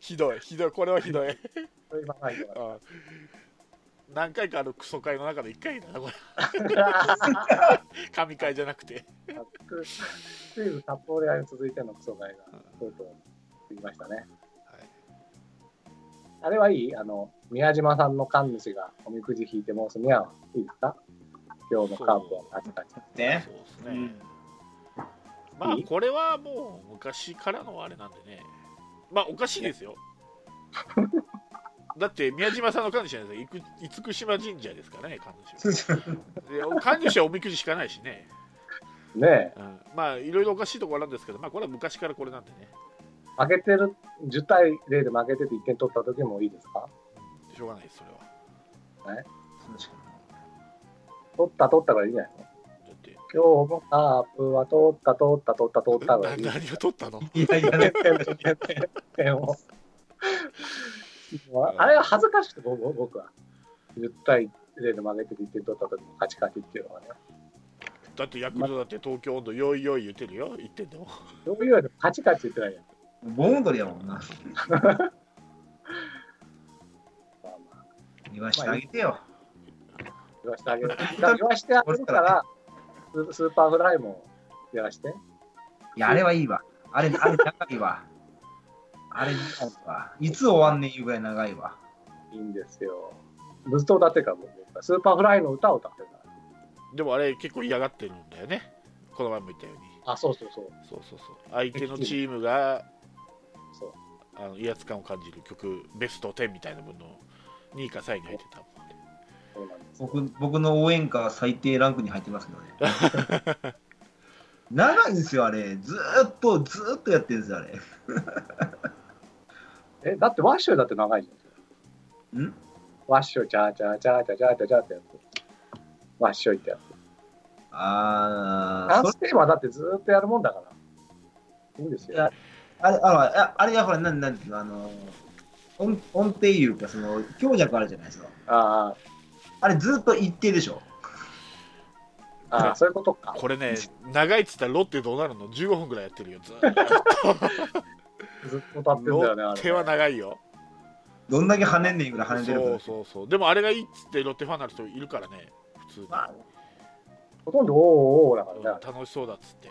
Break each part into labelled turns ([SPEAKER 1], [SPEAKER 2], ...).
[SPEAKER 1] ひどいひどいこれはひどい、
[SPEAKER 2] それはないよ
[SPEAKER 1] うん何回かあるクソ会の中で1回だなこれ神会じゃなくて
[SPEAKER 2] ククイズ札幌で続いてのクソ会がとうとう言いましたね。
[SPEAKER 1] はい
[SPEAKER 2] あれはいいあの、宮島さんの神主がおみくじ引いて申すにはいいですか今日のカープは確かに。
[SPEAKER 3] ね
[SPEAKER 1] そうです
[SPEAKER 3] う
[SPEAKER 1] ね、
[SPEAKER 3] ん
[SPEAKER 1] まあ
[SPEAKER 2] いい
[SPEAKER 1] これはもう昔からのあれなんでねまあおかしいですよだって宮島さんの神主じゃないですかいく厳島神社ですからね神主はで神主はおみくじしかないしね、
[SPEAKER 2] ね
[SPEAKER 1] うんまあいろいろおかしいところあるんですけどまあこれは昔からこれなんでね
[SPEAKER 2] え、負けてる、10対0で負けてて1点取った時もいいですか
[SPEAKER 1] しょうがないですそれは
[SPEAKER 2] 取った取ったからいいんじゃないの
[SPEAKER 1] だって
[SPEAKER 2] 今日もカープは取った取った取った取ったがいい。
[SPEAKER 1] な 何を取ったの
[SPEAKER 3] いやいやね
[SPEAKER 2] 点を。あれは恥ずかしくて、僕僕は。10対0で負けてて1点取った時もカチカチっていうのはね。
[SPEAKER 1] だってヤクルトだって東京温度よいよい言ってるよ言ってんでも
[SPEAKER 2] そういうよりもカチカチ言ってないやん。
[SPEAKER 3] 盆踊りやもんな
[SPEAKER 2] まあまあ、
[SPEAKER 3] 言わしてあげてよ
[SPEAKER 2] 言わしてあげる。言わしてあげるから、ススーパーフライもやらして。
[SPEAKER 3] いやあれはいいわあれあれ長いわあれ長いわいつ終わんねんいうぐらい長いわ
[SPEAKER 2] いいんですよ。ずっと歌ってるから、僕はスーパーフライの歌を歌ってるから。
[SPEAKER 1] でもあれ結構嫌がってるんだよねこの前も言ったように
[SPEAKER 2] あ、そうそうそう。
[SPEAKER 1] そうそうそう相手のチームが
[SPEAKER 2] そう
[SPEAKER 1] あの威圧感を感じる曲ベスト10みたいなものの2位か3位に入ってたもんね
[SPEAKER 2] そうなんですよ。
[SPEAKER 3] 僕僕の応援歌は最低ランクに入ってますけどね長いんですよあれずーっとずーっとやってるんですよあれ
[SPEAKER 2] え、だってワッショイだって長いじゃん。
[SPEAKER 3] ん
[SPEAKER 2] ワッショイ、チャーチャーチャーチャーチャーチャーチャーってやつ。ワッショイってやつ。
[SPEAKER 3] あ
[SPEAKER 2] ダ
[SPEAKER 3] ー
[SPEAKER 2] ン
[SPEAKER 3] そ
[SPEAKER 2] ステーマだってずっとやるもんだから。いいんです
[SPEAKER 3] れ
[SPEAKER 2] よ。
[SPEAKER 3] ああれあああれはほらなんなんていうのあの音音程いうかその強弱あるじゃないですか
[SPEAKER 2] あ
[SPEAKER 3] あれずーっと一定でしょ
[SPEAKER 2] あ、ああ、そういうことか。
[SPEAKER 1] これね長いっつったらロッテどうなるの15分ぐらいやってるよずーっと
[SPEAKER 2] ずっと歌ってん
[SPEAKER 1] ロ
[SPEAKER 2] だよね、あ
[SPEAKER 1] ッテは
[SPEAKER 2] れ。
[SPEAKER 1] 長いよ
[SPEAKER 3] どんだけ跳ねんねんぐらい跳ねてる
[SPEAKER 1] そう
[SPEAKER 3] か
[SPEAKER 1] そうそうでもあれがいいっつってロッテファンになる人いるからね普通に、
[SPEAKER 3] まあ
[SPEAKER 2] ほとんどおーおーだか
[SPEAKER 1] うん
[SPEAKER 2] らね。
[SPEAKER 1] 楽しそうだっつって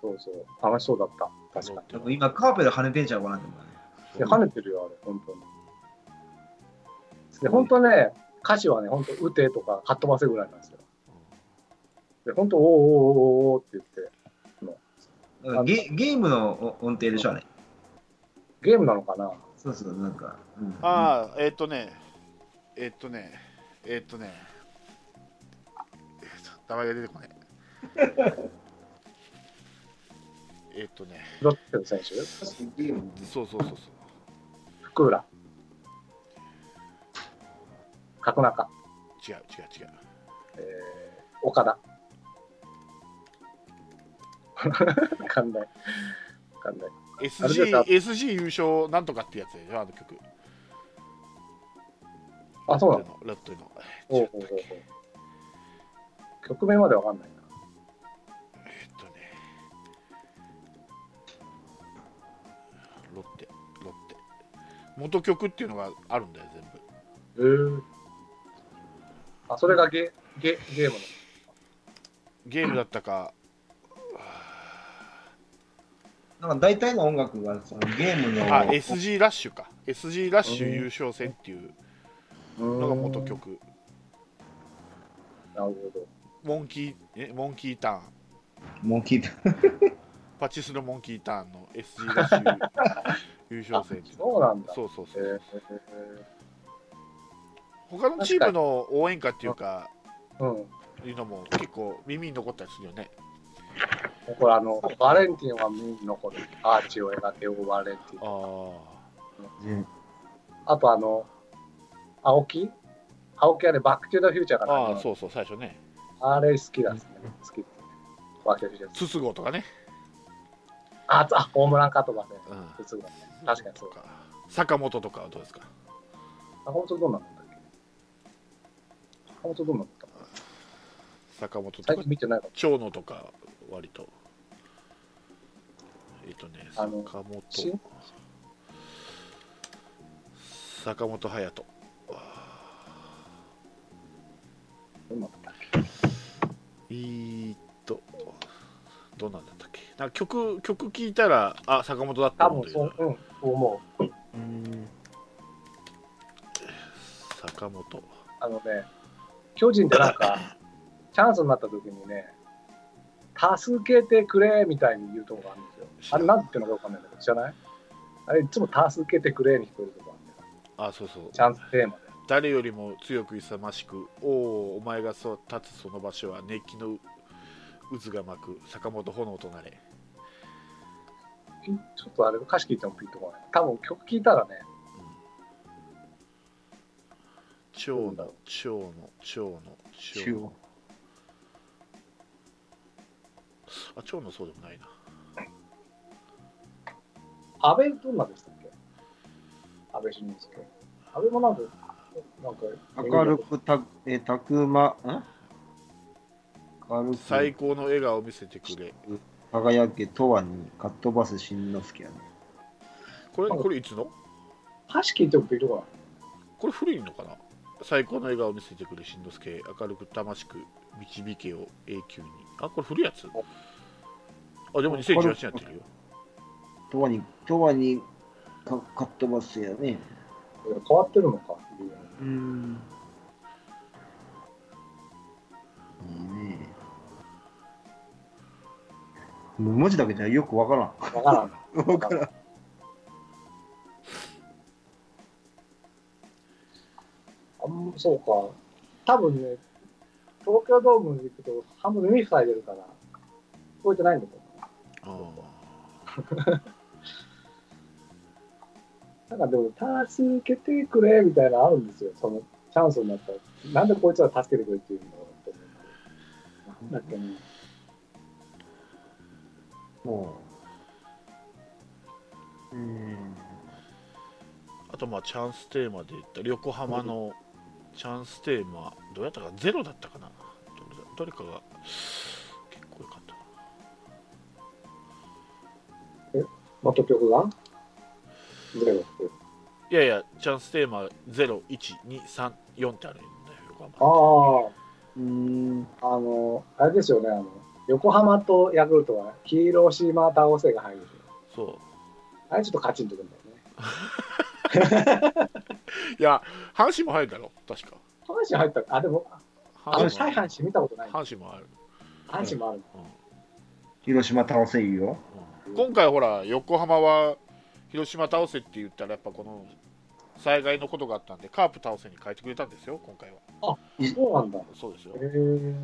[SPEAKER 2] そうそう。楽しそうだった。確
[SPEAKER 1] ロッ
[SPEAKER 2] か
[SPEAKER 1] テは
[SPEAKER 3] 今カーペで跳ねてんちゃうかなって思うね
[SPEAKER 2] に。で、跳ねてるよ、あれ、本当に。で、本当ね、歌詞はね、本当打てとか、かっ飛ばせぐらいなんですよ。で、本当おーおーおーおーって言って、
[SPEAKER 3] なんかゲゲームの音程でしょあれ
[SPEAKER 2] ゲームなのかな
[SPEAKER 3] そうそうなんか、うん、
[SPEAKER 4] ああ、えっ、とね、えっ、とね、えっ、とね、えーと名前が出てこない。
[SPEAKER 1] えっとね
[SPEAKER 2] ロッテの選手
[SPEAKER 3] ゲーム
[SPEAKER 1] そうそうそうそう
[SPEAKER 2] 福浦。角中。
[SPEAKER 1] 違う違う違う
[SPEAKER 2] えー、岡田。 わかんない。わかんない。あれ
[SPEAKER 1] SG,
[SPEAKER 2] ですか
[SPEAKER 1] SG 優勝なんとかってやつでしょあの曲
[SPEAKER 2] あ、そうなの
[SPEAKER 1] ロッテの
[SPEAKER 2] おう
[SPEAKER 1] ロッ
[SPEAKER 2] おうお
[SPEAKER 1] テの
[SPEAKER 2] うおう曲名までわかんないな。
[SPEAKER 1] えっとね、ロッテ、ロッテ。元曲っていうのがあるんだよ、全部。
[SPEAKER 2] えー、あ、それがゲゲゲームの。
[SPEAKER 1] ゲームだったか、
[SPEAKER 3] なんか大体の音楽がそのゲームの
[SPEAKER 1] あ、SG ラッシュか。SG ラッシュ優勝戦っていうのが元曲。
[SPEAKER 2] なるほど。
[SPEAKER 1] モンキー、え、モンキーターン。
[SPEAKER 3] もう聞いた
[SPEAKER 1] パチスロモンキーターンの SG ラッシュ優勝戦っていうの
[SPEAKER 2] そうなんだ。
[SPEAKER 1] そうそう
[SPEAKER 2] え
[SPEAKER 1] そう。
[SPEAKER 2] ー
[SPEAKER 1] 他のチームの応援歌っていうか、
[SPEAKER 2] うん、
[SPEAKER 1] いうのも結構耳に残ったりするよね。
[SPEAKER 2] これあの、バレンティンはみんなこのアーチを描けようバレンティン。
[SPEAKER 1] ああ。
[SPEAKER 2] あとあの、青木青木はね、バックトゥーザフューチャーか
[SPEAKER 1] あ
[SPEAKER 2] な
[SPEAKER 1] あ、。そうそう、最初ね。
[SPEAKER 2] あれ好きなんですね。好きですね。バックトゥーザフューチャー
[SPEAKER 1] 筒香とかね。
[SPEAKER 2] あ、あホームランカットバね。
[SPEAKER 1] うん
[SPEAKER 2] すぐだね確かにそう
[SPEAKER 1] か坂本とかはどうですか
[SPEAKER 2] 坂本どうなんだっけ坂本どうなんだったかな
[SPEAKER 1] 坂本とか
[SPEAKER 2] 最近見てないから。
[SPEAKER 1] 長野とか割とえっ、とね
[SPEAKER 2] あの
[SPEAKER 1] 坂本
[SPEAKER 2] し
[SPEAKER 1] 坂本勇人
[SPEAKER 2] どうなったっ
[SPEAKER 1] えーっとどうなんだったっけなんか曲曲聴いたらあ坂本だっ
[SPEAKER 2] 多
[SPEAKER 1] たと
[SPEAKER 2] 分
[SPEAKER 1] いう
[SPEAKER 2] そう、うん、そう思う。
[SPEAKER 1] 坂本
[SPEAKER 2] あのね、巨人ってなんか、チャンスになった時にね、助けてくれみたいに言うとこがあるんですよ。あれなんていうのかわかんないんだけど、知らないあれいつも助けてくれに聞こえるとこあるんだよ。
[SPEAKER 1] あそうそう
[SPEAKER 2] チャンステーマで。
[SPEAKER 1] 誰よりも強く勇ましくおおお前がそう立つその場所は熱気の渦が巻く坂本炎となれ
[SPEAKER 2] ちょっとあれ歌詞聞いてもピンとこない。多分曲聞いたらね、
[SPEAKER 1] 蝶の蝶の蝶の蝶のあ蝶のそうでもないな
[SPEAKER 2] 安倍どんなでしたっけ安倍晋之助。安倍もなんか、なんか、
[SPEAKER 3] 明るくた、えたくま、ん明る
[SPEAKER 1] 最
[SPEAKER 3] く
[SPEAKER 1] 高の笑顔を見せてくれ
[SPEAKER 3] 輝けとはに、かっ飛ばすしんのすけやね。
[SPEAKER 1] これこれいつの
[SPEAKER 2] 歌詞聞いてもピンとこない。
[SPEAKER 1] これ古いのかな最高の笑顔を見せてくれしんのすけ明るく魂しく導けを永久にあこれ古いやつあでも2018年やってるよ
[SPEAKER 3] とはに、とはに、かかっ飛ばすやね。
[SPEAKER 2] 変わってるのか、理由が
[SPEAKER 3] うん。いいね。もう文字だけじゃよくわからん。
[SPEAKER 2] わからん。
[SPEAKER 3] わからん。
[SPEAKER 2] あんそうか。多分ね、東京ドームに行くと半分耳塞いでるから、聞こえてないんだと思う。なんかでも、助けてくれみたいなのあるんですよ。そのチャンスになったら。なんでこいつら助けてくれって言うんだろうって思う。なんだっけね。
[SPEAKER 3] もう。うん。
[SPEAKER 1] あとまあチャンステーマで言ったら横浜のチャンステーマどうやったかなゼロだったかなどれだ誰かが結構よかったな
[SPEAKER 2] 元曲がゼロって。
[SPEAKER 1] いやいやチャンステーマ01234ってあるんだよ横浜
[SPEAKER 2] あ
[SPEAKER 3] うん。
[SPEAKER 2] あ、あの、あれですよね。あの横浜とヤクルトは広島倒せが入る。
[SPEAKER 1] そ
[SPEAKER 2] あれちょっとカチンとくるんだよね。
[SPEAKER 1] ういや阪神も入るだろ確か
[SPEAKER 2] 阪神入ったあ、でも、あの、対
[SPEAKER 1] も
[SPEAKER 2] 阪神見たことない。
[SPEAKER 1] 阪神もある、
[SPEAKER 2] 阪神もある。
[SPEAKER 3] 広島倒せいいよ。
[SPEAKER 1] うん今回ほら横浜は広島倒せって言ったらやっぱこの災害のことがあったんでカープ倒せに変えてくれたんですよ今回は
[SPEAKER 2] そうなんだ。へ
[SPEAKER 1] そうですよ
[SPEAKER 2] え。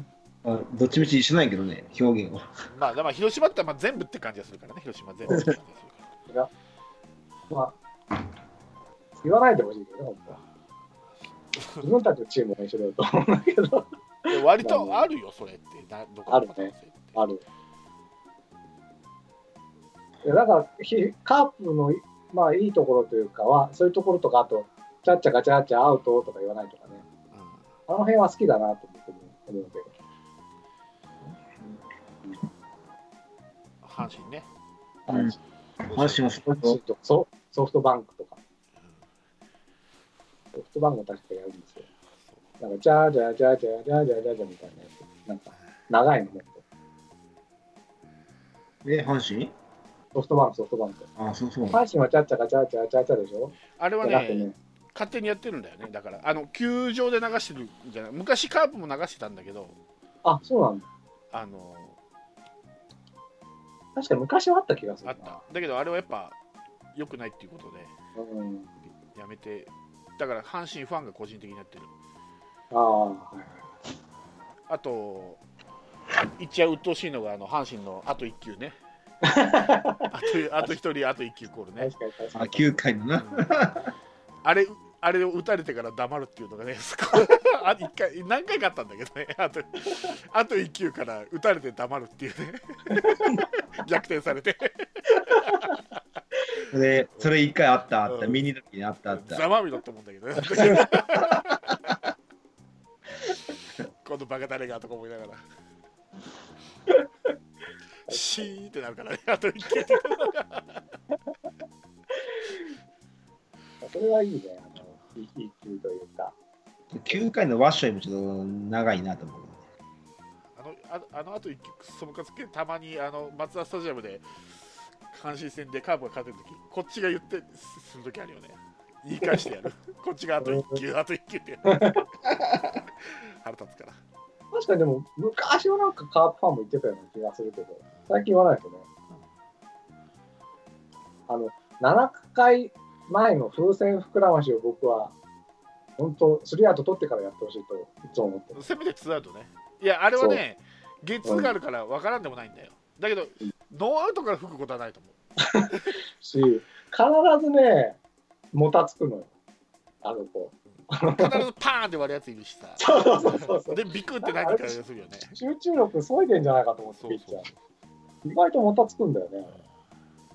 [SPEAKER 3] あどっちみち一緒なんやけどね、表現は。
[SPEAKER 1] まあ、でも広島ってまあ全部って感じがするからね、広島全部って感じがす るから。
[SPEAKER 2] まあ、言わないでほしいけどね、本当は。自分たちのチームも一緒だと思うんだけど。
[SPEAKER 1] で割とあるよ、それって。などこでも
[SPEAKER 2] あるね
[SPEAKER 1] 男性って
[SPEAKER 2] ある。いやだからひ、カープの、まあ、いいところというかは、そういうところとか、あと、チャッチャガチャガチャアウトとか言わないとかね。あの辺は好きだなと僕も思うけど。
[SPEAKER 1] うん阪神ね。
[SPEAKER 3] うん
[SPEAKER 2] 阪
[SPEAKER 3] 阪神もすごい
[SPEAKER 2] 神
[SPEAKER 3] ぞ。
[SPEAKER 2] とソソフトバンクとか。ソフトバンクも確かやるんですよ。なんか、じゃーじゃーじゃーじゃーじゃーじゃーじゃーじゃーみたいなやつ。なんか、長いのもっと。
[SPEAKER 3] え、阪神
[SPEAKER 2] ソフトバンク、ソフトバンク。
[SPEAKER 3] あ、そうそう。
[SPEAKER 2] 阪神はチャッチャカチャーチャーチャーチャーでしょ
[SPEAKER 1] あれは
[SPEAKER 2] だってね
[SPEAKER 1] ね、、勝手にやってるんだよね。だから、あの球場で流してるんじゃない。昔カープも流してたんだけど、
[SPEAKER 2] あ、そうなんだ。
[SPEAKER 1] あの
[SPEAKER 2] 確かに昔はあった気がする
[SPEAKER 1] あ
[SPEAKER 2] な。
[SPEAKER 1] った。だけど、あれはやっぱ良くないっていうことで、
[SPEAKER 2] うん。
[SPEAKER 1] やめて、だから阪神ファンが個人的にやってる。
[SPEAKER 2] ああ、はいはい
[SPEAKER 1] あと、一応鬱陶しいのが、あの阪神のあと1球ね。あとあと1人、あと1球コールね。
[SPEAKER 2] 確かに確か
[SPEAKER 3] あ、
[SPEAKER 2] に。
[SPEAKER 3] 9回のな。
[SPEAKER 1] あれ、あれを打たれてから黙るっていうのがね、 すごいあ一回何回かあったんだけどね、 あとあと1球から打たれて黙るっていうね、 逆転されて、
[SPEAKER 3] それ、それ1回あった、あった。ミニの時にあった、あった。
[SPEAKER 1] ざまみろって思うんだけどね、 このバカ誰がとか思いながら、シーンってなるからね、あと1球
[SPEAKER 2] それはいいね。あの
[SPEAKER 3] 9回のワッショイもちょっと長いなと思う。
[SPEAKER 1] あのああのあと一球くっそむかつけてたまにあの松田スタジアムで阪神戦でカーブが勝てるときこっちが言ってすするときあるよね言い返して やるこっちがあと一球あと一球って 腹立つから
[SPEAKER 2] 確かにでも、昔はなんかカープファンも言ってたような気がするけど、最近言わないとね。あの、7回前の風船膨らましを僕は、本当スリーアウト取ってからやってほしいと、いつも思ってる。
[SPEAKER 1] せめてツーアウトねいやあれはねゲッツーがあるから分からんでもないんだよだけどノーアウトから吹くことはないと思う
[SPEAKER 2] し、必ずね、もたつくのよ。あの子。
[SPEAKER 1] 必ずパーンって割るやついるしさ
[SPEAKER 2] そうそうそうそう。
[SPEAKER 1] でビクって何かやするよね
[SPEAKER 2] 集中力削いでんじゃないかと思って、
[SPEAKER 1] そう
[SPEAKER 2] ピッチ
[SPEAKER 1] そ
[SPEAKER 2] ャ
[SPEAKER 1] う
[SPEAKER 2] ー。意外ともたつくんだよね、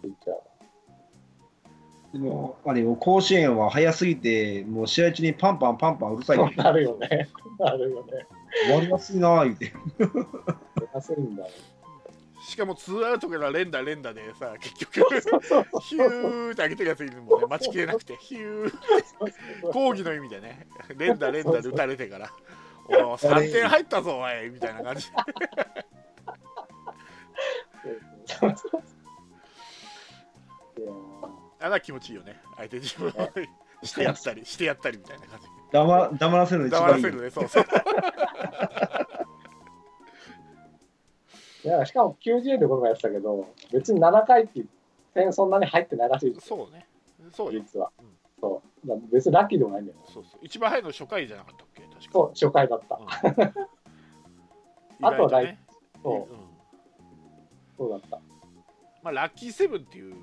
[SPEAKER 2] ピッチャー。
[SPEAKER 3] でも、あれよ、甲子園は早すぎて、もう試合中にパンパンパンパンうるさい。
[SPEAKER 2] そうなるよね。 なるよね。
[SPEAKER 3] 終わりやすいなー言うて。
[SPEAKER 2] 安いんだよ。
[SPEAKER 1] しかもツーアウトから連打連打で さ結局ヒューって上げてるやついるもんね待ちきれなくてヒュー抗議の意味でね連打連打で打たれてから「おお3点入ったぞおい」みたいな感じ
[SPEAKER 2] そうそうそういや
[SPEAKER 1] あら気持ちいいよね相手自分をしてやったりしてやったりみたいな感じ
[SPEAKER 3] 黙黙らせるの一
[SPEAKER 1] 黙ら
[SPEAKER 3] 番い
[SPEAKER 1] せ
[SPEAKER 3] い。
[SPEAKER 1] るねそうそう
[SPEAKER 2] ーいやしかも90円でこの前やってたけど、別に7回って点そんなに入ってないらしいです
[SPEAKER 1] そうねそうよ
[SPEAKER 2] 実は
[SPEAKER 1] うん。
[SPEAKER 2] そう。だから別にラッキーでもないんだよね。
[SPEAKER 1] そうそう一番早いの初回じゃなかったっけ確か
[SPEAKER 2] そう、初回だった。
[SPEAKER 1] うん
[SPEAKER 2] あとはライ
[SPEAKER 1] 意外
[SPEAKER 2] そ
[SPEAKER 1] とねうん
[SPEAKER 2] そうだった。
[SPEAKER 1] まあラッキーセブンっていう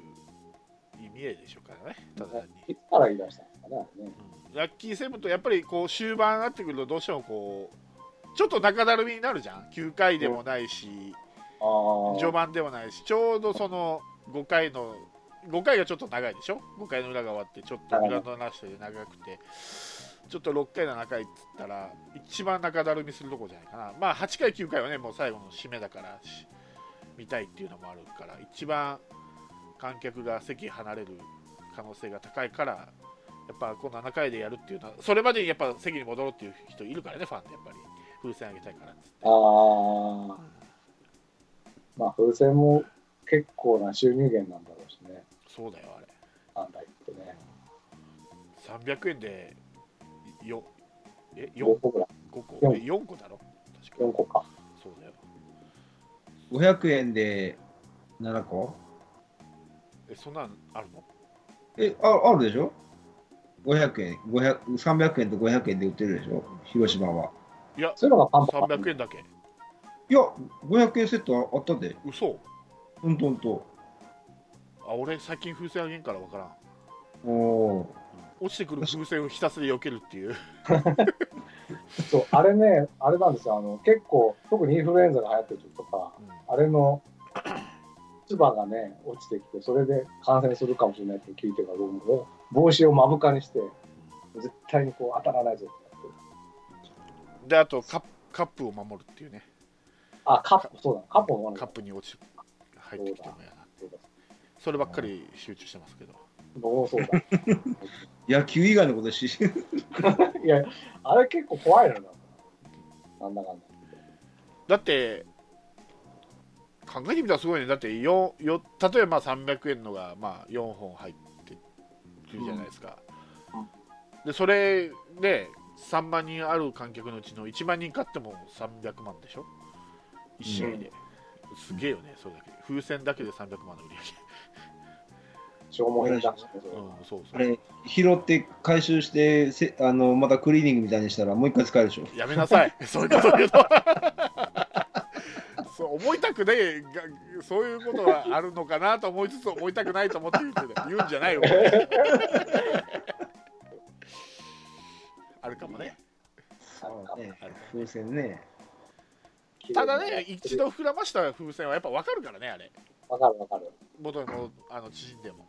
[SPEAKER 1] 意味合いでしょうからねただ単に
[SPEAKER 2] いつから言い出したのかな、ね。
[SPEAKER 1] ラッキーセブンとやっぱりこう終盤になってくるとどうしてもこうちょっと中だるみになるじゃん9回でもないし
[SPEAKER 2] ああ。
[SPEAKER 1] 序盤でもないしちょうどその5回の5回がちょっと長いでしょ5回の裏が終わってちょっと裏の話で長くてちょっと6回7回っつったら一番中だるみするとこじゃないかなまあ8回9回はねもう最後の締めだからし見たいっていうのもあるから一番観客が席離れる可能性が高いからやっぱこの7回でやるっていうのはそれまでにやっぱ席に戻ろうっていう人いるからねファンでやっぱり風船あげたいからっつって
[SPEAKER 2] ああ。まあ、風船も結構な収入源なんだろうしね。
[SPEAKER 1] そうだよあれ
[SPEAKER 2] あんだってね。
[SPEAKER 1] 300円でよえ
[SPEAKER 2] 4
[SPEAKER 1] 4
[SPEAKER 2] 個ぐらい。
[SPEAKER 1] 個個え
[SPEAKER 2] 四
[SPEAKER 1] 4個だろ確か
[SPEAKER 2] 4個か。
[SPEAKER 1] そうだよ
[SPEAKER 3] 500円で7個
[SPEAKER 1] えそんなんあるの
[SPEAKER 3] え、ああるでしょ ?500 円、500 300円と500円で売ってるでしょ広島は。
[SPEAKER 1] いや
[SPEAKER 2] そういうのがパンパン。
[SPEAKER 1] 300円だけ
[SPEAKER 3] いや、500円セットあったで。
[SPEAKER 1] 嘘
[SPEAKER 3] ほんとほんと。
[SPEAKER 1] あ俺最近風船あげんから分からん
[SPEAKER 3] おお
[SPEAKER 1] 落ちてくる風船をひたすら避けるっていう
[SPEAKER 2] そう、あれね、あれなんですよ。あの、結構、特にインフルエンザが流行ってる時とか、あれの、唾がね、落ちてきて、それで感染するかもしれないって聞いてから、僕も帽子を目深にして、絶対にこう当たらないぞってやってる。
[SPEAKER 1] であとカップカップを守るっていうね
[SPEAKER 2] あ、カップ、そうだ、カップも飲まな
[SPEAKER 1] カッ
[SPEAKER 2] い
[SPEAKER 1] プに落ち入ってきてもやなそればっかり集中してますけど
[SPEAKER 2] 僕もそうだ。
[SPEAKER 3] ー。野球以外のことし、
[SPEAKER 2] いや、あれ結構怖いのよ。なんだかんだ。
[SPEAKER 1] だって考えてみたらすごいねだってよよ例えばまあ300円のがまあ4本入ってるじゃないですか、
[SPEAKER 2] うん
[SPEAKER 1] でそれで3万人ある観客のうちの1万人買っても300万でしょ1試合で、すげえよねそれだけ風船だけで300万の売り
[SPEAKER 2] 消耗品だし、
[SPEAKER 1] 上げ、うん、そうそ
[SPEAKER 3] あ
[SPEAKER 1] う
[SPEAKER 3] れ、拾って回収してせあの、またクリーニングみたいにしたら、もう一回使えるでしょ。
[SPEAKER 1] やめなさい そういうこと言うとそう思いたくねえがそういうことはあるのかなと思いつつ思いたくないと思って言うけど言うんじゃないよあるかもね
[SPEAKER 2] なんか
[SPEAKER 3] ね
[SPEAKER 1] あるか
[SPEAKER 3] 風船ね。
[SPEAKER 1] もただね一。度膨らました風船はやっぱ分かるからねあれ
[SPEAKER 2] わかるわかる。
[SPEAKER 1] 元にもあの縮んでも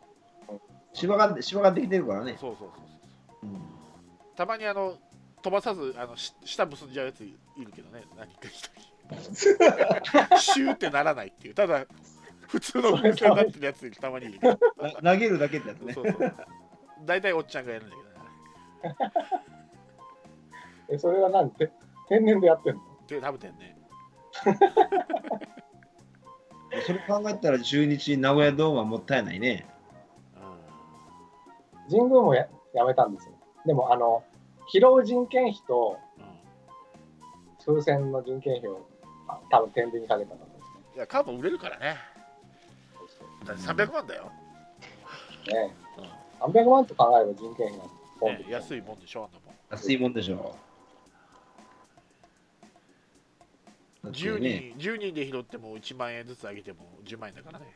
[SPEAKER 3] シワが、シワができてるからね。
[SPEAKER 1] そうそうそうそう
[SPEAKER 3] うん
[SPEAKER 1] たまにあの飛ばさずあのし下結んじゃうやついるけどね何か一 人シューってならないっていうただ普通の風船になってるやつたまにいるけど
[SPEAKER 3] な投げるだけってやつね
[SPEAKER 1] そ。うそう。大体おっちゃんがやるんだけどね。
[SPEAKER 2] え、それは何て天然でやってんの
[SPEAKER 1] 手食べてんね。
[SPEAKER 3] それ考えたら中日名古屋ドームはもったいないね。
[SPEAKER 1] う
[SPEAKER 2] 神宮もややめたんですよ。でも、あの、疲労人件費と
[SPEAKER 1] んうん
[SPEAKER 2] 風船の人件費をあ多分天秤にかけたんだと思うん
[SPEAKER 1] いや、カープ売れるからね。
[SPEAKER 2] ですね
[SPEAKER 1] だって300万だよ。
[SPEAKER 2] ね
[SPEAKER 1] うん
[SPEAKER 2] 300万と考えれば人件費がポンと
[SPEAKER 1] ね、安いもんでしょ、あんなもん。
[SPEAKER 3] 安いもんでしょう。だって
[SPEAKER 1] 10
[SPEAKER 3] ね、
[SPEAKER 1] 人 ,10 人で拾っても1万円ずつ上げても10万円だからね。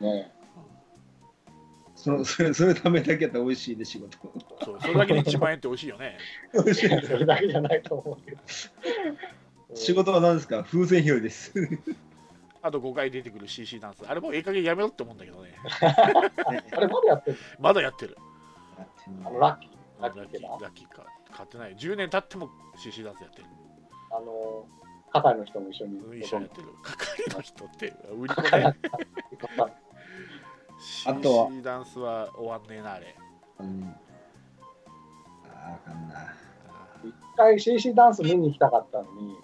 [SPEAKER 2] ね
[SPEAKER 3] そのそれそれ食べだけやったら美味しいで仕事。
[SPEAKER 1] そうそれだけで1万円って美味しいよね。
[SPEAKER 2] それだけじゃないと思うけど。
[SPEAKER 3] 仕事は何ですか風船拾いです。
[SPEAKER 1] あと5回出てくる CC ダンス。あれもうええ加減やめろって思うんだけどね。
[SPEAKER 2] あれ、まだやってる
[SPEAKER 1] まだやってる。
[SPEAKER 2] あの、ラッキー。
[SPEAKER 1] ラ
[SPEAKER 2] ラ
[SPEAKER 1] ッ
[SPEAKER 2] ッ
[SPEAKER 1] キ
[SPEAKER 2] キ
[SPEAKER 1] ー
[SPEAKER 2] ー
[SPEAKER 1] ラッキーか。買ってない。10年経っても CC ダンスやってる。
[SPEAKER 2] あの、係の人も一緒に
[SPEAKER 1] うん、
[SPEAKER 2] ほ
[SPEAKER 1] 一
[SPEAKER 2] と
[SPEAKER 1] 緒に
[SPEAKER 2] ん
[SPEAKER 1] やって
[SPEAKER 2] ど。
[SPEAKER 1] る。係の人って売り子ね。
[SPEAKER 3] あとは
[SPEAKER 1] CC ダンスは終わんねえな、あれ。
[SPEAKER 3] うんあーあかんな。
[SPEAKER 2] 一回 CC ダンス見に行きたかったのに、
[SPEAKER 1] う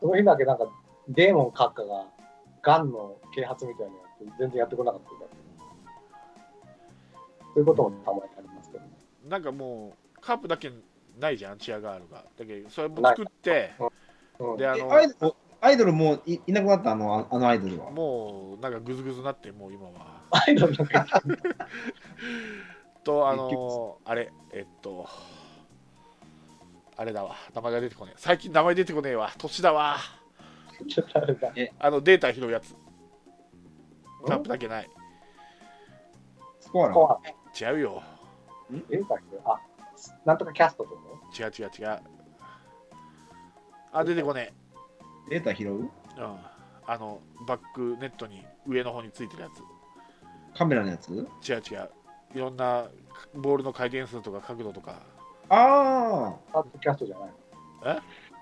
[SPEAKER 2] その日だけなんかデーモン閣下がガンの啓発みたいなのやって全然やってこなかったみたいなそういうこともたまにありますけどね。
[SPEAKER 1] んなんかもう、カープだけないじゃん、チアガールが。だけど、それも作って、
[SPEAKER 2] うん、
[SPEAKER 1] で、あ
[SPEAKER 3] え
[SPEAKER 1] の、
[SPEAKER 3] アイドルアイドルもういいなくなったあのああのアイドルは。
[SPEAKER 1] もうなんかグズグズになってもう今は
[SPEAKER 2] アイドルなんか
[SPEAKER 1] とあ
[SPEAKER 3] 結
[SPEAKER 1] のあれえっとあれだわ名前が出てこねえ最近名前出てこねえわ年だわ
[SPEAKER 2] ちょっとあれだ。
[SPEAKER 1] あのデータ拾うやつキャンプだけない
[SPEAKER 3] スコアラ
[SPEAKER 2] コア
[SPEAKER 1] 違うよ
[SPEAKER 2] えだっけあ、なんとかキャストってこ
[SPEAKER 1] 違う違う違うあ出てこね
[SPEAKER 3] データ拾う
[SPEAKER 1] えうんあのバックネットに上の方についてるや
[SPEAKER 3] カメラのやつ
[SPEAKER 1] つ違う違ういろんなボールの回転数とか角度とか
[SPEAKER 3] あ
[SPEAKER 2] とスタートキャストじゃないの
[SPEAKER 1] え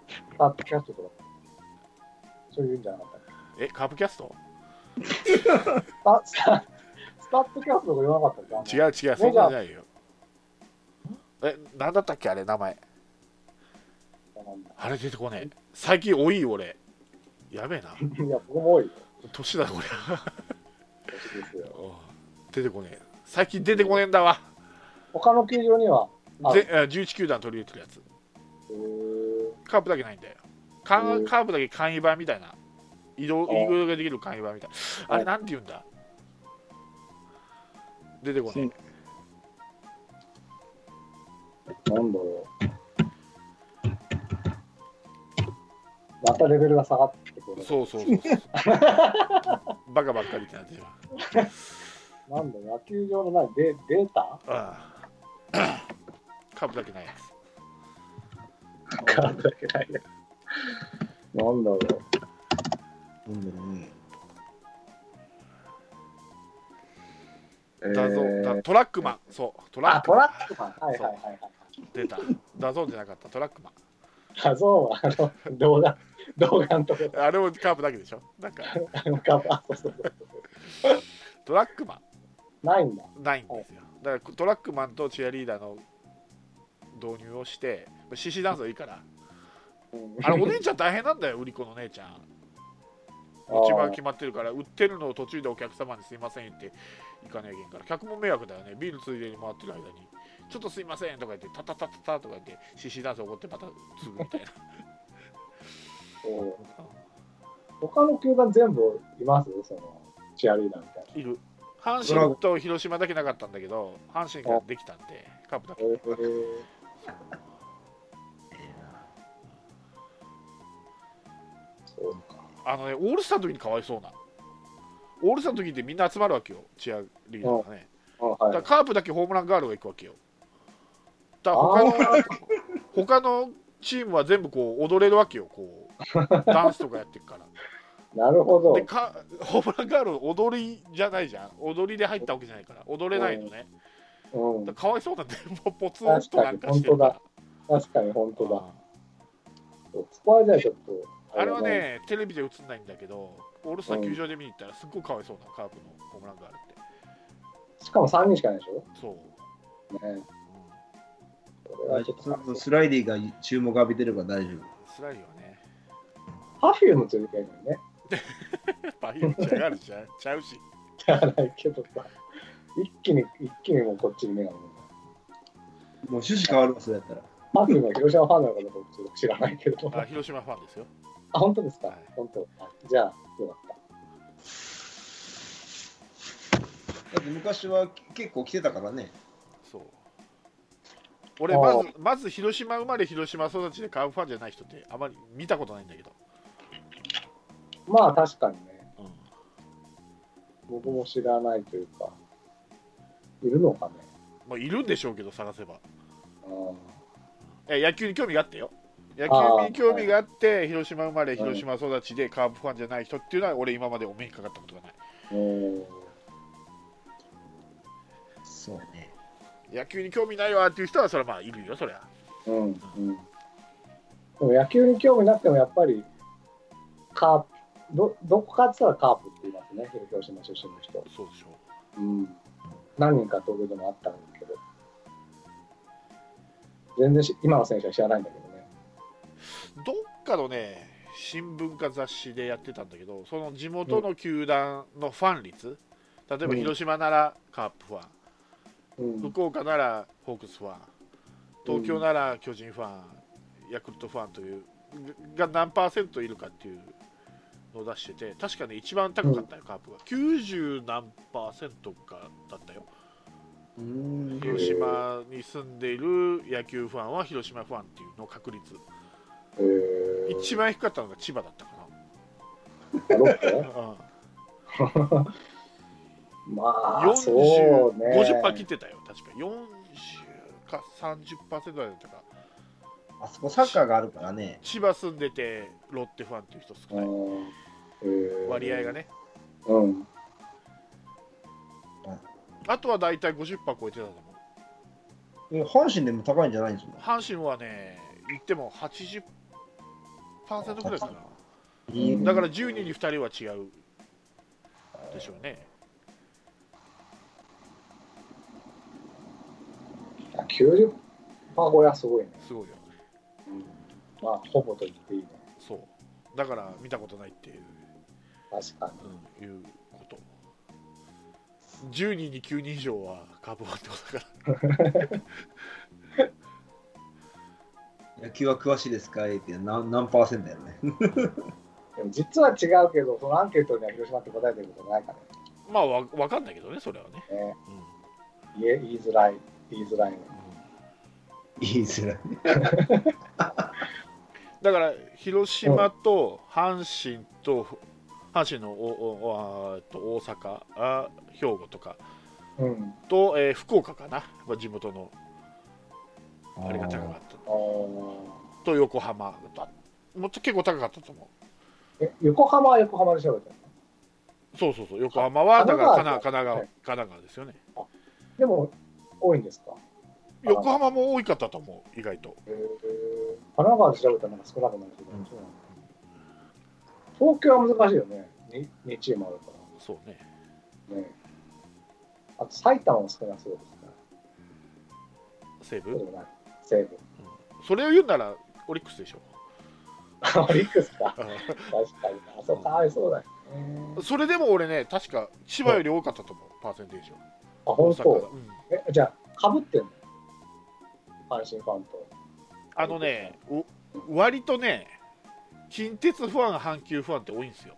[SPEAKER 2] スタートキャストとか。そういうんじゃなかったっけ
[SPEAKER 1] えカープキャスト
[SPEAKER 2] スタスタスタートキャストとか言わなかったっけ
[SPEAKER 1] 違う違うそんなんじゃないよえなんだったっけあれ名前あれ出てこねえ。最近多いよ俺。やべえな。
[SPEAKER 2] 違う。 いや、僕も多いよ。
[SPEAKER 1] 年だこれ。
[SPEAKER 2] 年ですよ
[SPEAKER 1] うん出てこねえ。最近出てこねえんだわ。
[SPEAKER 2] 他の球場には、あ
[SPEAKER 1] ぜあ11球団取り入れてるやつ。
[SPEAKER 2] えー
[SPEAKER 1] カープだけないんだよ。カ
[SPEAKER 2] へ
[SPEAKER 1] ー
[SPEAKER 2] え
[SPEAKER 1] カープだけ簡易版みたいな。移動
[SPEAKER 2] あ
[SPEAKER 1] 移動ができる簡易版みたいな。あれなんて言うんだ出てこね
[SPEAKER 2] なんだろう。またレベルが下がってく
[SPEAKER 1] え。
[SPEAKER 2] る。
[SPEAKER 1] そうそうそうそう。バカばっかりってなってるわ。
[SPEAKER 2] なんだろう、野球場のないデデータ
[SPEAKER 1] うんカープだけないやつ。
[SPEAKER 2] カードだけないや。なんだろう。
[SPEAKER 3] あ。なんだろうね。
[SPEAKER 2] え
[SPEAKER 1] だぞ、だトラックマン。そう、トラ
[SPEAKER 2] あ、
[SPEAKER 1] ック
[SPEAKER 2] ト
[SPEAKER 1] マン
[SPEAKER 2] ラックマン。はいはいはいはい。
[SPEAKER 1] 出た。ダゾーンじゃなかった、トラックマン。
[SPEAKER 2] 画像はあの動画、動画のところ
[SPEAKER 1] あれもカープだけでしょなんか、
[SPEAKER 2] あのカバー。そうそうそう
[SPEAKER 1] トラックマ
[SPEAKER 2] ないんだ。
[SPEAKER 1] ン、ないんですよ。だから、トラックマンとチアリーダーの導入をして、獅子ダンスはいいから。
[SPEAKER 2] うん
[SPEAKER 1] あ れ、お姉ちゃん大変なんだよ、売り子の姉ちゃん。
[SPEAKER 2] あー
[SPEAKER 1] 一番決まってるから、売ってるのを途中でお客様にすいませんって行かなきゃいけんから、客も迷惑だよね。ビールついでに回ってる間に、ちょっとすいませんとか言って、タタタタタとか言って、獅子ダンス怒ってまたすぐみたいな。
[SPEAKER 2] うん他の球団全部いますその、チアリーダーみ たいな。
[SPEAKER 1] いる。阪神と広島だけなかったんだけど、阪神ができたんで、カープだけ
[SPEAKER 2] え。ーそうか。
[SPEAKER 1] あのね、オールスターの時にかわいそうな。オールスターの時ってみんな集まるわけよ、チアリーダーがね。
[SPEAKER 2] あ
[SPEAKER 1] だ
[SPEAKER 2] は
[SPEAKER 1] か
[SPEAKER 2] い
[SPEAKER 1] らカープだけホームランガールが行くわけよ。だから
[SPEAKER 2] あ
[SPEAKER 1] 他の他のチームは全部こう踊れるわけよ、こうダンスとかやってる から。
[SPEAKER 2] なるほど
[SPEAKER 1] で。か、ホームランガール踊りじゃないじゃん、踊りで入ったわけじゃないから、踊れないのね。
[SPEAKER 2] うん
[SPEAKER 1] だ、からかわいそうなんで、 もうポツンとなんかしてるから。
[SPEAKER 2] 確かに本当だ。そこはじゃあちょっと。
[SPEAKER 1] あれは
[SPEAKER 2] だ。
[SPEAKER 1] ね、テレビで映んないんだけど、オールスター球場で見に行ったら、すっごいかわいそうな、カープのホームランガールって。
[SPEAKER 2] しかも3人しかないでしょ。
[SPEAKER 1] そう。
[SPEAKER 2] ね、
[SPEAKER 1] うん
[SPEAKER 2] それはちょっと
[SPEAKER 3] そうスライディが注目浴びてるから大丈
[SPEAKER 1] スライディはね、
[SPEAKER 2] パフュームっていうかいいのにね。
[SPEAKER 1] パフュームちゃうやるちゃうちゃうし、
[SPEAKER 2] じゃないけどさ、一気に、一気にもうこっちに目が向く。
[SPEAKER 3] 夫。もう趣旨変わるわ、それやったら。
[SPEAKER 2] パフュームは広島ファンなのかどうかちょっと知らないけど。
[SPEAKER 1] あ広島ファンですよ。
[SPEAKER 2] あ、本当ですか、
[SPEAKER 1] はい
[SPEAKER 2] 本当。あじゃあ、よかっ
[SPEAKER 3] だって昔は結構来てたからね。
[SPEAKER 1] そう俺
[SPEAKER 2] あ
[SPEAKER 1] ま
[SPEAKER 2] ー
[SPEAKER 1] ずまず広島生まれ広島育ちでカープファンじゃない人ってあまり見たことないんだけど、
[SPEAKER 2] た。まあ、確かにね、
[SPEAKER 1] うん、
[SPEAKER 2] 僕も知らないというか、いるのかね。
[SPEAKER 1] まあいるんでしょうけど探せば
[SPEAKER 2] あ
[SPEAKER 1] え野球に興味があってよ野
[SPEAKER 2] あ
[SPEAKER 1] 球
[SPEAKER 2] ー
[SPEAKER 1] に興味があって広島生まれ
[SPEAKER 2] うん
[SPEAKER 1] 広島育ちでカープファンじゃない人っていうのは俺今までお目にかかったことがない
[SPEAKER 2] ーうん。
[SPEAKER 3] そうね。
[SPEAKER 1] 野球に興味ないわっていう人はそれはまあいるよそりゃ
[SPEAKER 2] うん。うん。でも野球に興味なくても、やっぱり、カープ、ど、どこかって言ったらカープって言いますね、広島出身の人。
[SPEAKER 1] そうでしょ
[SPEAKER 2] うん、何人か東京でもあったんだけど、全然し今の選手は知らないんだけどね。
[SPEAKER 1] うどっかのね新聞か雑誌でやってたんだけどその地元の球団のファン率例えば広島ならカープファン
[SPEAKER 2] うん、
[SPEAKER 1] 福岡ならホークスファン東京なら巨人ファン、ヤクルトファンというが何パーセントいるかっていうのを出してて確かね一番高かったよ、カープが90何パーセントかだったよ
[SPEAKER 3] うーん。
[SPEAKER 1] 広島に住んでいる野球ファンは広島ファンっていうの確率
[SPEAKER 2] えー、
[SPEAKER 1] 一番低かったのが千葉だったか
[SPEAKER 2] あロッテ
[SPEAKER 1] な、うん
[SPEAKER 2] まあ、そうね。
[SPEAKER 1] 4050%切ってたよ確か40か30%ぐらいだったか
[SPEAKER 3] あそこサッカーがあるからね。
[SPEAKER 1] 千葉住んでてロッテファンっていう人少
[SPEAKER 2] う
[SPEAKER 1] ない
[SPEAKER 2] んえー
[SPEAKER 1] 割合がね
[SPEAKER 2] うん。
[SPEAKER 1] あとは大体50%超えてたと思う。
[SPEAKER 3] え阪神でも高いんじゃないんですか
[SPEAKER 1] 阪神はね、言っても80%ぐらいか
[SPEAKER 2] うん
[SPEAKER 1] な。だから10人に2人は違うでしょうね。
[SPEAKER 2] 90%超えはすごいね。
[SPEAKER 1] すごいよね。
[SPEAKER 2] うんまあ、ほぼと言っていいね。
[SPEAKER 1] そう。だから見たことないっていう,、
[SPEAKER 2] 確か
[SPEAKER 1] うん、いうこと。10人に9人以上はカープファンってこと だか
[SPEAKER 3] 野球は詳しいですかって何何パーセントやろね。
[SPEAKER 2] に。でも実は違うけど、そのアンケートには広島って答えてることないから
[SPEAKER 1] ら。まあわわかんないけどね、それはね。
[SPEAKER 2] ね。
[SPEAKER 1] うん
[SPEAKER 2] 言え言いづらい、言いづらいね。
[SPEAKER 3] いいですね。
[SPEAKER 1] だから広島と阪神と阪神のおおおあーっと大阪あ兵庫とか
[SPEAKER 2] うん。
[SPEAKER 1] と、えー福岡かな、まあ、地元のあれが高
[SPEAKER 3] あ
[SPEAKER 1] かった
[SPEAKER 2] あー
[SPEAKER 1] と横浜だもっと結構高かったと思
[SPEAKER 2] え横浜は横浜で調べたの
[SPEAKER 1] うそうそうそう横浜はだから神
[SPEAKER 2] 神
[SPEAKER 1] 奈神奈川、
[SPEAKER 2] はい
[SPEAKER 1] 神奈川ですよね
[SPEAKER 2] でも多いんですか神奈
[SPEAKER 1] 横浜も多いかったと思う意外と
[SPEAKER 2] へー神奈川で調べたらなんか少なくなるけど、そうなんだ東京は難しいよね 2, 2チームあるか
[SPEAKER 1] そうね
[SPEAKER 2] らねあと埼玉も少なそうですね
[SPEAKER 1] 西武
[SPEAKER 2] そうでもない西武
[SPEAKER 1] それを言うならオリックスでしょ
[SPEAKER 2] オリックスか確かにあそこかわいそうだよね
[SPEAKER 1] それでも俺ね確か千葉より多かったと思うパーセンテージは
[SPEAKER 2] あ
[SPEAKER 1] 大
[SPEAKER 2] 本
[SPEAKER 1] 阪が
[SPEAKER 2] 当
[SPEAKER 1] うん
[SPEAKER 2] えじゃあかぶってんの阪神ファンと
[SPEAKER 1] あのね、お割とね、近鉄ファン、阪急ファンって多いんですよ。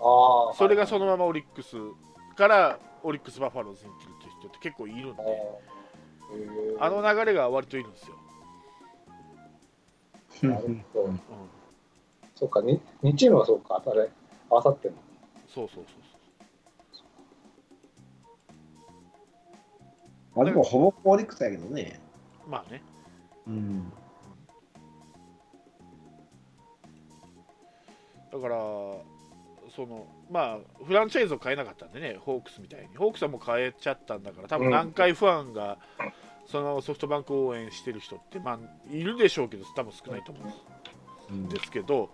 [SPEAKER 2] ああ
[SPEAKER 1] それがそ
[SPEAKER 2] の
[SPEAKER 1] のままオリックスからオリックス・バファローズに来るっていう人って結構いるんで、あの流れが割といるんですよ。
[SPEAKER 2] なるほど
[SPEAKER 1] うん、
[SPEAKER 2] そっか、に2チームはそうか、あれ、合わさってんの。
[SPEAKER 1] そうそうそう
[SPEAKER 3] でもほぼほぼオリックスやけどね。
[SPEAKER 1] そう。まあね、
[SPEAKER 3] うん。
[SPEAKER 1] だから、そのまあ、フランチャイズを変えなかったんでね、ホークスみたいに。ホークスはもう変えちゃったんだから、多分南海ファンが、そのソフトバンク応援してる人って、まあ、いるでしょうけど、多分少ないと思うんです。
[SPEAKER 3] うん
[SPEAKER 1] ですけど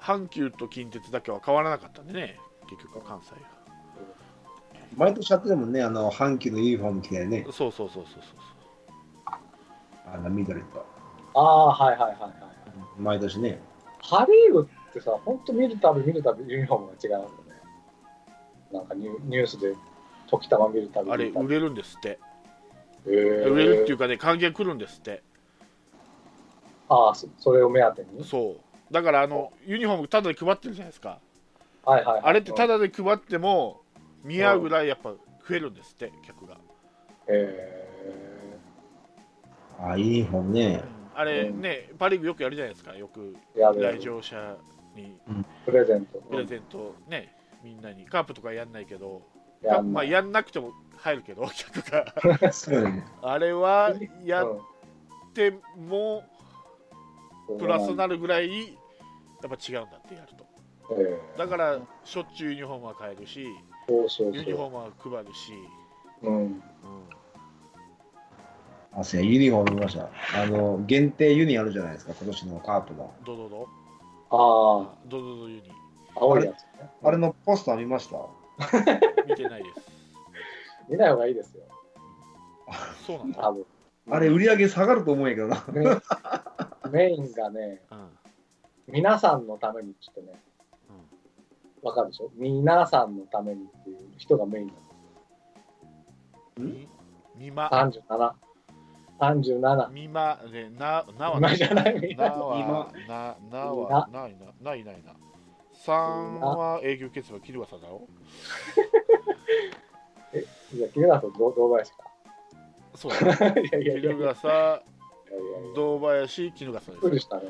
[SPEAKER 1] 阪急と近鉄だけは変わらなかったんでね結局関西は
[SPEAKER 3] 毎年やってるもんね、あの、阪急のユニフォーム着てね。
[SPEAKER 1] そうそうそうそうそう
[SPEAKER 3] あの緑と。
[SPEAKER 2] ああ、はいはいはいはい。
[SPEAKER 3] 毎年ね。
[SPEAKER 2] パ・リーグってさ、本当見るたび見るたびユニフォームが違いますよね。なんかニュニュースで時たま見るたび
[SPEAKER 1] あれ
[SPEAKER 2] 見るた
[SPEAKER 1] 売
[SPEAKER 2] び
[SPEAKER 1] れるんですって、
[SPEAKER 2] えー
[SPEAKER 1] 売れるっていうかね歓迎来るんですって
[SPEAKER 2] ああ、そそれを目当てに。
[SPEAKER 1] そうだからあのユニフォームただで配ってるじゃないですか
[SPEAKER 2] はいはいはい、
[SPEAKER 1] あれってた
[SPEAKER 2] だ、
[SPEAKER 1] だで配っても見合うぐらいやっぱ増えるんですって客が、
[SPEAKER 2] え
[SPEAKER 3] ああ、いい本ね。
[SPEAKER 1] あれねパ・リーグよくやるじゃないですかよく
[SPEAKER 2] ー、や
[SPEAKER 1] 来
[SPEAKER 2] る
[SPEAKER 1] 場者に
[SPEAKER 2] プレゼント。
[SPEAKER 1] プレゼントねみんなにカープとかやんないけど
[SPEAKER 2] やん
[SPEAKER 1] ま
[SPEAKER 2] な
[SPEAKER 1] あ、
[SPEAKER 2] い
[SPEAKER 1] やんなくても入るけど 客が
[SPEAKER 3] そうだね。
[SPEAKER 1] あれはや
[SPEAKER 2] う
[SPEAKER 1] っ
[SPEAKER 2] ん
[SPEAKER 1] ても
[SPEAKER 2] そう
[SPEAKER 1] プラスなるぐらいやっぱ違うんだってやると
[SPEAKER 2] えー
[SPEAKER 1] だからしょっちゅうユニフォームは変えるし
[SPEAKER 2] そうそう
[SPEAKER 1] ユニフォ
[SPEAKER 2] そ
[SPEAKER 1] ームは配るし、
[SPEAKER 2] う。うん。
[SPEAKER 3] あ、そうや、ユニフォーム見ました。あの、限定ユニあるじゃないですか、今年のカープの。
[SPEAKER 1] ドドド
[SPEAKER 2] ああ、
[SPEAKER 1] ドドドユニ
[SPEAKER 2] 青いやつね。
[SPEAKER 3] あれのポスター見ました
[SPEAKER 1] 見てないです
[SPEAKER 2] 見ない方がいいですよ、
[SPEAKER 1] そうなんだ
[SPEAKER 2] 多、分。
[SPEAKER 3] あれ、売り上げ下がると思うんやけ どな。
[SPEAKER 2] ねメインがね、
[SPEAKER 1] うん
[SPEAKER 2] 皆さんのためにちょっとね、わかるでしょ皆さんのためにっていう人がメイン
[SPEAKER 1] みみま
[SPEAKER 2] なんです。37。37。
[SPEAKER 1] みまねななは
[SPEAKER 2] 今じゃない。
[SPEAKER 1] なはななはないなないないな三は営業決算キルワさんだろ
[SPEAKER 2] いや、キルナと同 同林か。
[SPEAKER 1] そうだね
[SPEAKER 2] いやい
[SPEAKER 1] キ
[SPEAKER 2] やいやい
[SPEAKER 1] ル
[SPEAKER 2] やいやいや
[SPEAKER 1] ガサ
[SPEAKER 2] いや。
[SPEAKER 1] 堂林キルガサ
[SPEAKER 2] びっく
[SPEAKER 1] で
[SPEAKER 2] り
[SPEAKER 1] す
[SPEAKER 2] したね。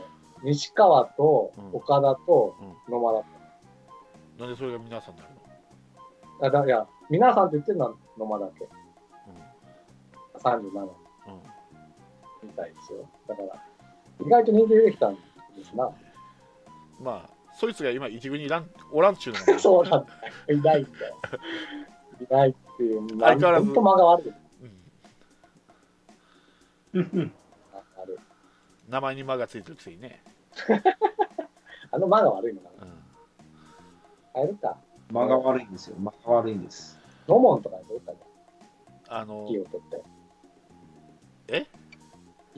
[SPEAKER 2] 西川と
[SPEAKER 1] うん
[SPEAKER 2] 岡田と野間だっ
[SPEAKER 1] なんでそれが皆さんになるの、
[SPEAKER 2] た。あだいや、皆さんって言ってるのは野間だけ。37
[SPEAKER 1] うんうん
[SPEAKER 2] みたいですよ。だから、意外と人気出てきたんですな。
[SPEAKER 1] まあそいつが今一軍にいらんおらんっちゅうのが
[SPEAKER 2] そうなんだ。いないんだよ。いないっていう、
[SPEAKER 1] 相変わらず
[SPEAKER 2] 本当間が悪い。
[SPEAKER 1] うん
[SPEAKER 2] ああれ
[SPEAKER 1] 名前に間がついてるくせにね、
[SPEAKER 2] あの間が悪いのかな。
[SPEAKER 1] うん
[SPEAKER 2] 変えるか。
[SPEAKER 3] 間が悪いんですよ。間が悪いんです。
[SPEAKER 2] ノモンとかにどうかね、
[SPEAKER 1] あの
[SPEAKER 2] 木を取って。
[SPEAKER 1] え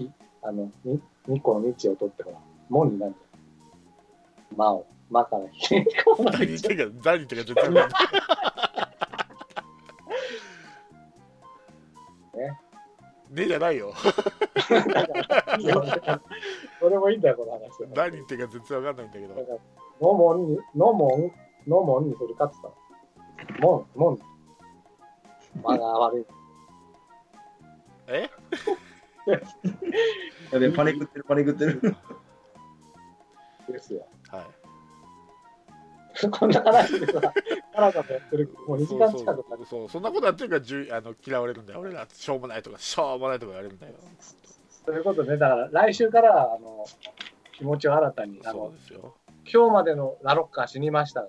[SPEAKER 2] いあの、に2個の道を取ってほら、門になるじゃん。間を。間から引こうな
[SPEAKER 1] 何言っ
[SPEAKER 2] るじ
[SPEAKER 1] て
[SPEAKER 2] ゃん
[SPEAKER 1] るか何言ってるか全然わかんない
[SPEAKER 2] ね。
[SPEAKER 1] ねじゃないよ
[SPEAKER 2] それもいいんだよ、この話は。
[SPEAKER 1] 何言ってるか全然わかんないんだけ
[SPEAKER 2] だ
[SPEAKER 1] ど
[SPEAKER 2] から、ノモンに、ノモン、ノモンにするかって言ったの。門、門。間が悪い。
[SPEAKER 1] え
[SPEAKER 3] やべ、パニクってる、パニクってる。
[SPEAKER 2] ですよ。
[SPEAKER 1] はい
[SPEAKER 2] こんな話でさ、カラカラやってる、もう2時間近くな
[SPEAKER 1] そう
[SPEAKER 2] る。
[SPEAKER 1] そうそんなことやってるからじゅあの嫌われるんだよ俺らしょうもないとかしょうもないとか言われるんだよ
[SPEAKER 2] ということで、だから来週からあの気持ちを新たにあ
[SPEAKER 1] そう
[SPEAKER 2] の、
[SPEAKER 1] ですよ
[SPEAKER 2] 今日までのラロッカー死にましたが、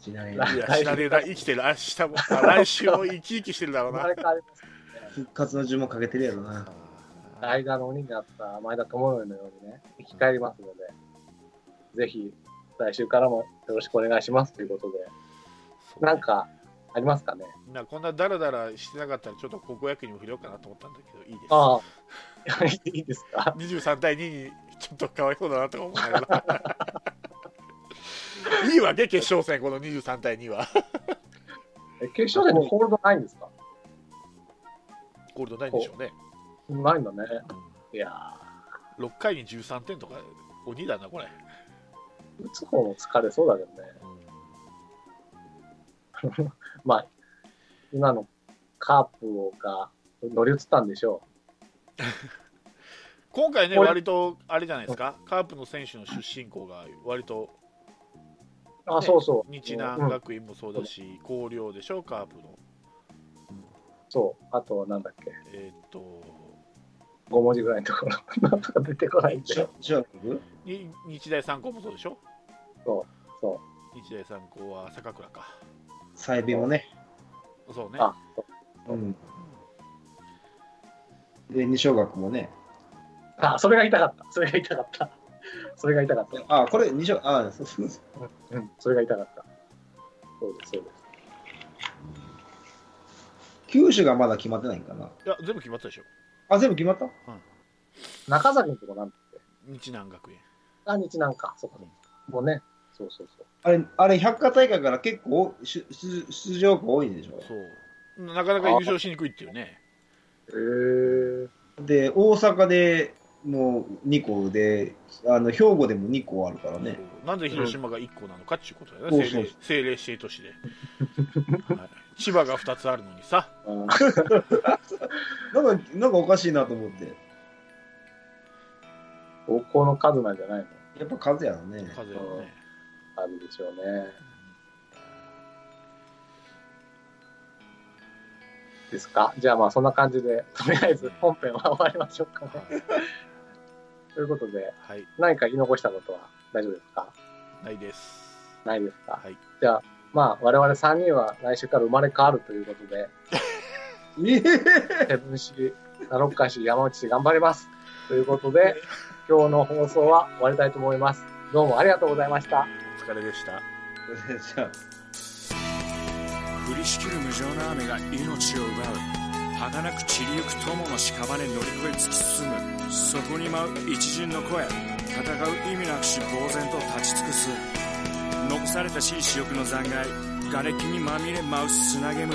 [SPEAKER 3] しない
[SPEAKER 1] いや知らねえな生きてる明日もあ来週も生き生きしてるだろう
[SPEAKER 2] 生
[SPEAKER 1] な
[SPEAKER 2] まれ変わります。
[SPEAKER 3] 復活の呪文かけてるやろな。
[SPEAKER 1] はい
[SPEAKER 2] 代打の鬼になった前田智則のようにね、生き返りますので、ぜひ来週からもよろしくお願いしますということで、
[SPEAKER 1] そう
[SPEAKER 2] なんかありますかね
[SPEAKER 1] なこんなダラダラしてなかったらちょっと高校野球にも触れようかなと思ったんだけどいいです
[SPEAKER 2] ああ、いいですか
[SPEAKER 1] 23対2にちょっとかわいそうだなとか思いながらいいわけ決勝戦この23対2は
[SPEAKER 2] え決勝でもホールドないんですか
[SPEAKER 1] ゴールドないんでしょうね、
[SPEAKER 2] ないんだね。いや
[SPEAKER 1] う6回に13点とか鬼だなこれ、
[SPEAKER 2] ー、打つ方も疲れそうだけどね。まあ、今のカープをが乗り移ったんでしょ
[SPEAKER 1] 今回ね
[SPEAKER 2] これ
[SPEAKER 1] 割とあれじゃないですかカープの選手の出身校が割と
[SPEAKER 2] う。あ、
[SPEAKER 1] ね
[SPEAKER 2] そうそう。
[SPEAKER 1] 日
[SPEAKER 2] う
[SPEAKER 1] 南
[SPEAKER 2] ん
[SPEAKER 1] 学院もそうだし広陵でしょカープの
[SPEAKER 2] そう。あと、なんだっけ。
[SPEAKER 1] えーっと
[SPEAKER 2] 5文字ぐらいのところ。 なんとか出てこないんだ
[SPEAKER 3] 中
[SPEAKER 2] よ。
[SPEAKER 3] 中学
[SPEAKER 1] に日大三高もそうでしょ
[SPEAKER 2] そ
[SPEAKER 1] 日大三高は坂倉か
[SPEAKER 3] 再編もね。
[SPEAKER 1] そう
[SPEAKER 2] う。
[SPEAKER 1] ね
[SPEAKER 2] あ、そう
[SPEAKER 3] うん。で、二小学もね。
[SPEAKER 2] あ、それが痛かった。それが痛かった。それが痛かった。
[SPEAKER 3] あ、これ二小、あ、そうそうそう。
[SPEAKER 2] うん。それが痛かった。そうです、そうです。
[SPEAKER 3] 九州がまだ決まってないんかな。
[SPEAKER 1] いや全部決まったでしょ
[SPEAKER 3] あ、全部決まった
[SPEAKER 2] 中崎のとこなんだっけ
[SPEAKER 1] 日南学園
[SPEAKER 2] あ、日南か。そうかそうか。もうね。そうそうそう。
[SPEAKER 3] あれ、あれ、百科大会から結構出出出場校多いんでしょ
[SPEAKER 1] そうなかなか優勝しにくいっていうね
[SPEAKER 2] へえ。
[SPEAKER 3] で、大阪でもう2校で、あの、兵庫でも2校あるからね。
[SPEAKER 1] なんで広島が1個なのかっていうことだよ
[SPEAKER 3] うん
[SPEAKER 1] ね、
[SPEAKER 3] そう
[SPEAKER 1] 政
[SPEAKER 3] そう
[SPEAKER 1] 令政令指定都市で、はい千葉が2つあるのにさ
[SPEAKER 3] なんか、なんかおかしいなと思って。
[SPEAKER 2] 高校の数なんじゃないの
[SPEAKER 3] やっぱ数やろね。
[SPEAKER 1] 風はね
[SPEAKER 2] あるでしょうね。ですかじゃあまあそんな感じで、とりあえず本編は終わりましょうかね。 ということで、
[SPEAKER 1] はい
[SPEAKER 2] 何か言い残したことは大丈夫ですか
[SPEAKER 1] ないです
[SPEAKER 2] ないですか、
[SPEAKER 1] はい
[SPEAKER 2] じゃあ、まあ、我々3人は来週から生まれ変わるということで、手分し、ナロッカシ、山内氏頑張ります。ということで、今日の放送は終わりたいと思います。どうもありがとうございました。
[SPEAKER 1] お疲れでした
[SPEAKER 3] じゃあ
[SPEAKER 5] 降りしきる無情な雨が命を奪う儚く散りゆく友の屍乗り越え突き進むそこに舞う一陣の声戦う意味なくし呆然と立ち尽くす残されたしい死翼の残骸瓦礫にまみれ舞う砂煙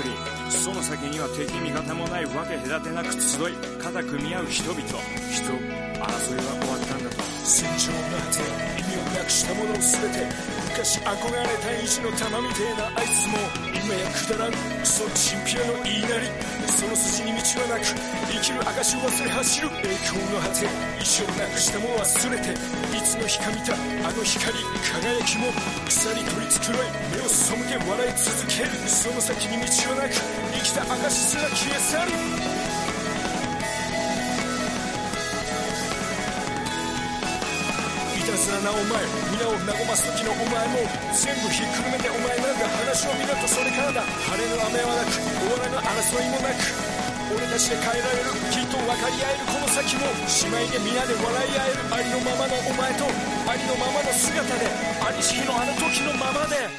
[SPEAKER 5] その先には敵味方もないわけ隔てなく集い肩組み合う人々人争いは終わったんだと戦場の果て意味をなくしたもの全て昔憧れた意地の玉みてえなあいつも今やくだらんクソチンピラの言いなりその筋に道はなく生きる証を忘れ走る栄光の果て意地をなくしたもの忘れていつの日か見たあの光輝きも鎖取り繕い目を背け笑い続けるその先に道はなく生きた証すら消え去るいたずらなお前皆を和ます時のお前も全部ひっくるめてお前なんか話を見ろとそれからだ晴れの雨はなく終わらぬ争いもなく俺たちで変えられるきっと分かり合えるこの先も姉妹で皆で笑い合えるありのままのお前とありのままの姿でありし日のあの時のままで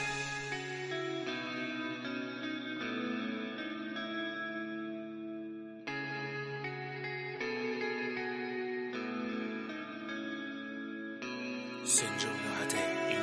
[SPEAKER 5] 戦場の果て意味を